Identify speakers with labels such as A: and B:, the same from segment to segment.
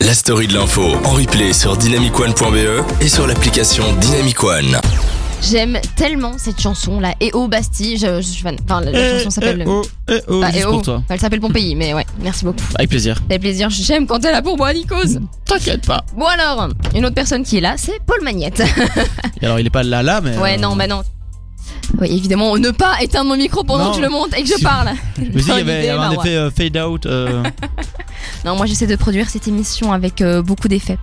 A: la story de l'info en replay sur dynamicone.be E et sur l'application Dynamicone.
B: J'aime tellement cette chanson là. Et oh Bastille, je, je suis fan. Enfin, la, la
C: Eh,
B: chanson
C: eh,
B: s'appelle.
C: oh, eh, oh,
B: Bah,
C: juste
B: eh oh.
C: pour toi.
B: Elle s'appelle Mon pays, mais ouais, merci beaucoup.
C: Avec plaisir.
B: Avec plaisir, j'aime quand elle a pour moi, Nikos.
C: T'inquiète pas.
B: Bon alors, une autre personne qui est là, c'est Paul Magnette.
C: Euh. Et alors, il est pas là, là, mais.
B: ouais,
C: euh,
B: non, bah non. Oui, évidemment, ne pas éteindre mon micro pendant
C: Non.
B: que je le monte et que je
C: Si.
B: parle.
C: Je me suis dit, il y avait il y avait un
B: Marois.
C: effet euh, fade out. euh,
B: Non, moi j'essaie de produire cette émission avec euh, beaucoup d'effets.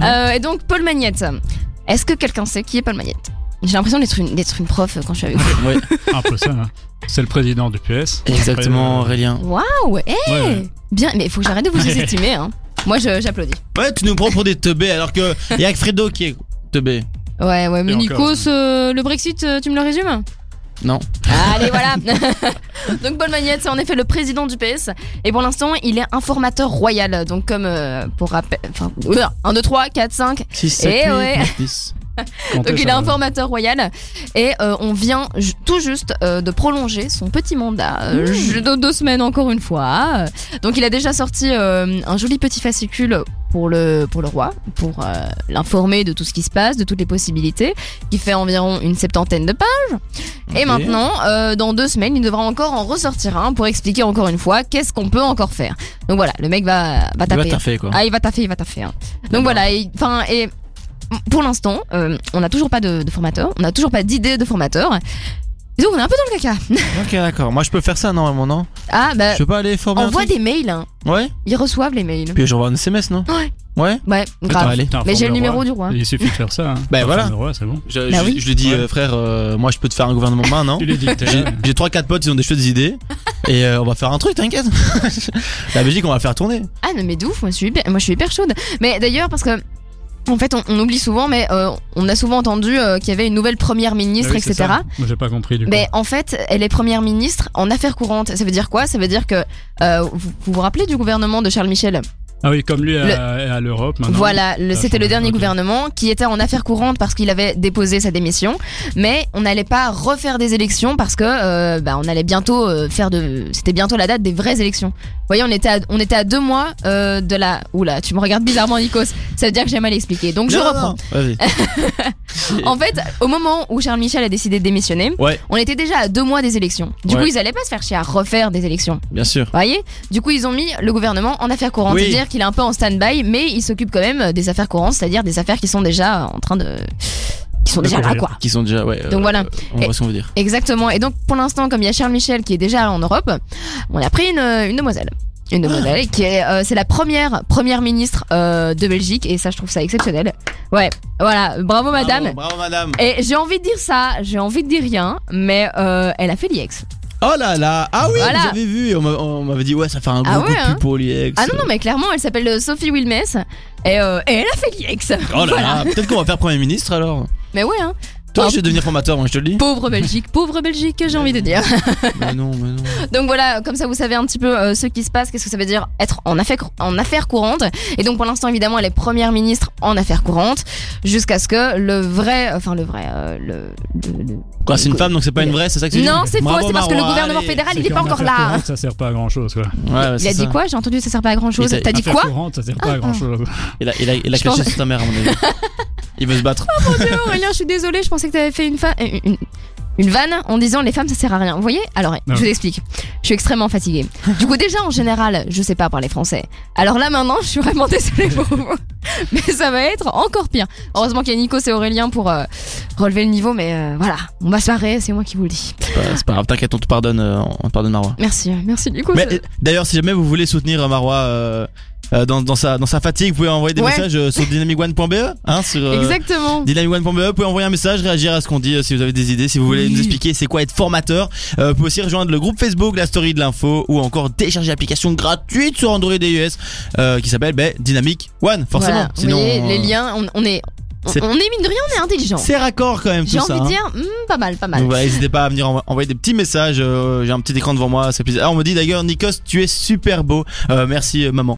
B: Euh, et donc, Paul Magnette. Est-ce que quelqu'un sait qui est Paul Magnette J'ai l'impression d'être une, d'être une prof euh, quand je suis avec vous.
C: ouais,
D: Un peu ça, hein. C'est le président du PS. euh,
C: exactement, Aurélien.
B: Waouh Eh
D: Ouais, ouais.
B: Bien, mais il faut que j'arrête de vous sous-estimer. Hein. Moi je- j'applaudis.
C: Ouais, tu nous prends pour des teubés alors que y a que Fredo qui est teubé.
B: Ouais, ouais, mais
D: Et encore.
B: Nikos, euh, le Brexit, euh, tu me le résumes
C: Non.
B: Allez, voilà. donc Paul Magnette, c'est en effet le président du PS. Et pour l'instant, il est informateur royal. Donc comme euh, pour rappel... Enfin, 1, 2, 3, 4, 5.
C: 6,
B: Eh
C: 7, 8,
B: ouais.
C: 9, 10.
D: Comptez
B: Donc il est
D: ça.
B: informateur royal. Et euh, on vient ju- tout juste euh, de prolonger son petit mandat. euh, ju- de deux semaines encore une fois. Donc il a déjà sorti euh, un joli petit fascicule pour le, pour le roi, pour euh, l'informer de tout ce qui se passe, de toutes les possibilités, qui fait environ une septantaine de pages. Et
C: Ok.
B: maintenant, euh, dans deux semaines, il devra encore en ressortir un pour expliquer encore une fois qu'est-ce qu'on peut encore faire. Donc voilà, le mec va, va
C: Il va
B: taper.
C: taffer, quoi.
B: Ah, il va taffer, il va taffer. hein. Donc voilà, et- enfin, et, pour l'instant, euh, on n'a toujours pas de, de formateur, on n'a toujours pas d'idée de formateur. Et donc on est un peu dans le caca.
C: Ok, d'accord. Moi, je peux faire ça normalement, non
B: Ah, bah,
C: Je peux pas aller former. un
B: envoie
C: truc
B: des mails, hein.
C: Ouais.
B: ils reçoivent les mails.
C: Puis j'envoie un SMS, non
B: Ouais.
C: Ouais.
B: Ouais,
C: Attends,
B: grave.
C: allez.
D: T'es
B: Mais j'ai le
D: informé
B: numéro
D: roi.
B: du roi.
D: Il suffit de faire ça. Hein.
C: Ben voilà.
D: Informé roi, c'est bon.
C: Je,
B: Bah
C: je-
B: oui.
C: je lui dis,
D: Ouais.
C: euh, frère, euh, moi, je peux te faire un gouvernement main, non
D: Tu l'as dit. t'es
C: J'ai-
D: là.
C: J'ai 3-4 potes, ils ont des chouettes idées. Et euh, on va faire un truc, t'inquiète. La Belgique, on va faire tourner.
B: Ah non mais de ouf, moi je suis hyper, moi, je suis hyper chaude. Mais d'ailleurs parce que... En fait, on, on oublie souvent, mais euh, on a souvent entendu euh, qu'il y avait une nouvelle première ministre,
D: Ah oui, c'est
B: etc.
D: ça. Moi, j'ai pas compris du coup.
B: Mais en fait, elle est première ministre en affaires courantes. Ça veut dire quoi Ça veut dire que euh, vous, vous vous rappelez du gouvernement de Charles Michel
D: Ah oui, comme lui à- à, l'Europe maintenant.
B: Voilà, le-
D: Ah Ça a
B: c'était le
D: changé,
B: dernier
D: ok.
B: gouvernement qui était en affaires courantes parce qu'il avait déposé sa démission, mais on n'allait pas refaire des élections parce que euh, bah, on allait bientôt euh, faire de, c'était bientôt la date des vraies élections. Vous voyez, on était à, on était à deux mois euh, de la. Oula, tu me regardes bizarrement, Nikos. Ça veut dire que j'ai mal expliqué. Donc je
C: Non,
B: reprends.
C: non, Vas-y.
B: En fait, au moment où Charles Michel a décidé de démissionner,
C: Ouais.
B: on était déjà à deux mois des élections. Du
C: Ouais.
B: coup, ils allaient pas se faire chier à refaire des élections.
C: Bien sûr.
B: Vous voyez Du coup, ils ont mis le gouvernement en affaires courantes.
C: Oui.
B: C'est-à-dire qu'il est un peu en stand-by, mais il s'occupe quand même des affaires courantes, c'est-à-dire des affaires qui sont déjà en train de. qui sont
D: De
B: déjà là,
D: courir.
B: quoi.
C: Qui sont déjà, ouais. euh,
B: Donc voilà.
C: On
B: Et-
C: voit ce qu'on veut dire.
B: Exactement. Et donc, pour l'instant, comme il y a Charles Michel qui est déjà en Europe, on a pris une, une demoiselle. Une demoiselle qui est, euh, c'est la première première ministre euh, de Belgique et ça je trouve ça exceptionnel. Ouais, voilà, bravo madame.
C: Bravo, bravo, madame.
B: Et j'ai envie de dire ça, j'ai envie de dire rien, mais euh, elle a fait l'IEX.
C: Oh là là. Ah oui,
B: Voilà.
C: j'avais vu. On m'a- on m'avait dit, ouais, ça fait un gros
B: Ah
C: coup
B: ouais,
C: de
B: hein.
C: pub pour l'IEX.
B: Ah non, non, mais clairement, elle s'appelle euh, Sophie Wilmès et, euh, et elle a fait l'IEX.
C: Oh là
B: Voilà.
C: là. Peut-être qu'on va faire Premier ministre alors.
B: Mais ouais, hein.
C: Toi,
B: Ah.
C: je vais devenir formateur, moi, je te le dis.
B: pauvre Belgique, pauvre Belgique, j'ai envie de dire.
C: mais non, mais non.
B: Donc voilà, comme ça vous savez un petit peu euh, ce qui se passe, qu'est-ce que ça veut dire être en affaires, en affaires courantes. Et donc pour l'instant évidemment elle est première ministre en affaires courantes jusqu'à ce que le vrai, enfin le vrai, euh, le, le- le-
C: Quoi, c'est une femme, donc c'est pas une vraie, c'est ça que tu dis
B: Non c'est faux,
C: Bravo,
B: c'est parce que le
C: Marois,
B: gouvernement
C: allez.
B: fédéral
D: Ah, C'est
B: Ah, il est pas
D: qu'en
B: encore
D: affaires
B: là.
D: courantes, Ça sert pas à grand chose quoi.
C: Ouais,
B: Il
C: ouais,
B: a
C: c'est
B: dit
C: ça.
B: quoi J'ai entendu ça sert pas à grand chose.
C: Il a-
B: T'as dit
D: Affaires
B: quoi
D: courantes, Ça sert pas à grand chose.
C: Il a, il a, il a
B: Je
C: craché
B: pense-
C: sur ta mère, à mon avis. Il veut se battre.
B: Oh, Aurélien, je suis désolée, je pensais que t'avais fait une, fa- une, une- une vanne en disant les femmes ça sert à rien. Vous voyez Alors, je
D: Non.
B: vous explique. Je suis extrêmement fatiguée. Du coup, déjà en général, je sais pas parler français. Alors là maintenant, je suis vraiment désolée pour vous. Mais ça va être encore pire. Heureusement qu'il y a Nico et Aurélien pour euh, relever le niveau, mais euh, voilà, on va se barrer, c'est moi qui vous le dis.
C: C'est pas, c'est pas grave, t'inquiète, on te pardonne, euh, on te pardonne Marois.
B: Merci, merci Nico.
C: Mais euh, d'ailleurs, si jamais vous voulez soutenir euh, Marois euh, euh, dans, dans, sa, dans sa fatigue, vous pouvez envoyer des
B: Ouais.
C: messages euh, sur dynamicone.be. Hein, sur, euh,
B: Exactement.
C: dynamicone.be, vous pouvez envoyer un message, réagir à ce qu'on dit euh, si vous avez des idées, si vous voulez
D: Oui.
C: nous expliquer c'est quoi être formateur. Euh, vous pouvez aussi rejoindre le groupe Facebook, la story de l'info, ou encore télécharger l'application gratuite sur Android et iOS euh, qui s'appelle ben, Dynamic One, forcément.
B: Voilà,
C: Sinon,
B: vous voyez, les
C: euh,
B: liens, on, on est, on,
C: c'est-
B: on est mine de rien, on est intelligent.
C: C'est raccord quand même tout
B: J'ai
C: ça.
B: envie
C: hein.
B: de dire, hmm, pas mal, pas mal.
C: Donc voilà, n'hésitez pas à venir envo- envoyer des petits messages. euh, J'ai un petit écran devant moi, c'est plaisir. Ah, on me dit d'ailleurs, Nikos, tu es super beau. Euh, merci, euh, maman.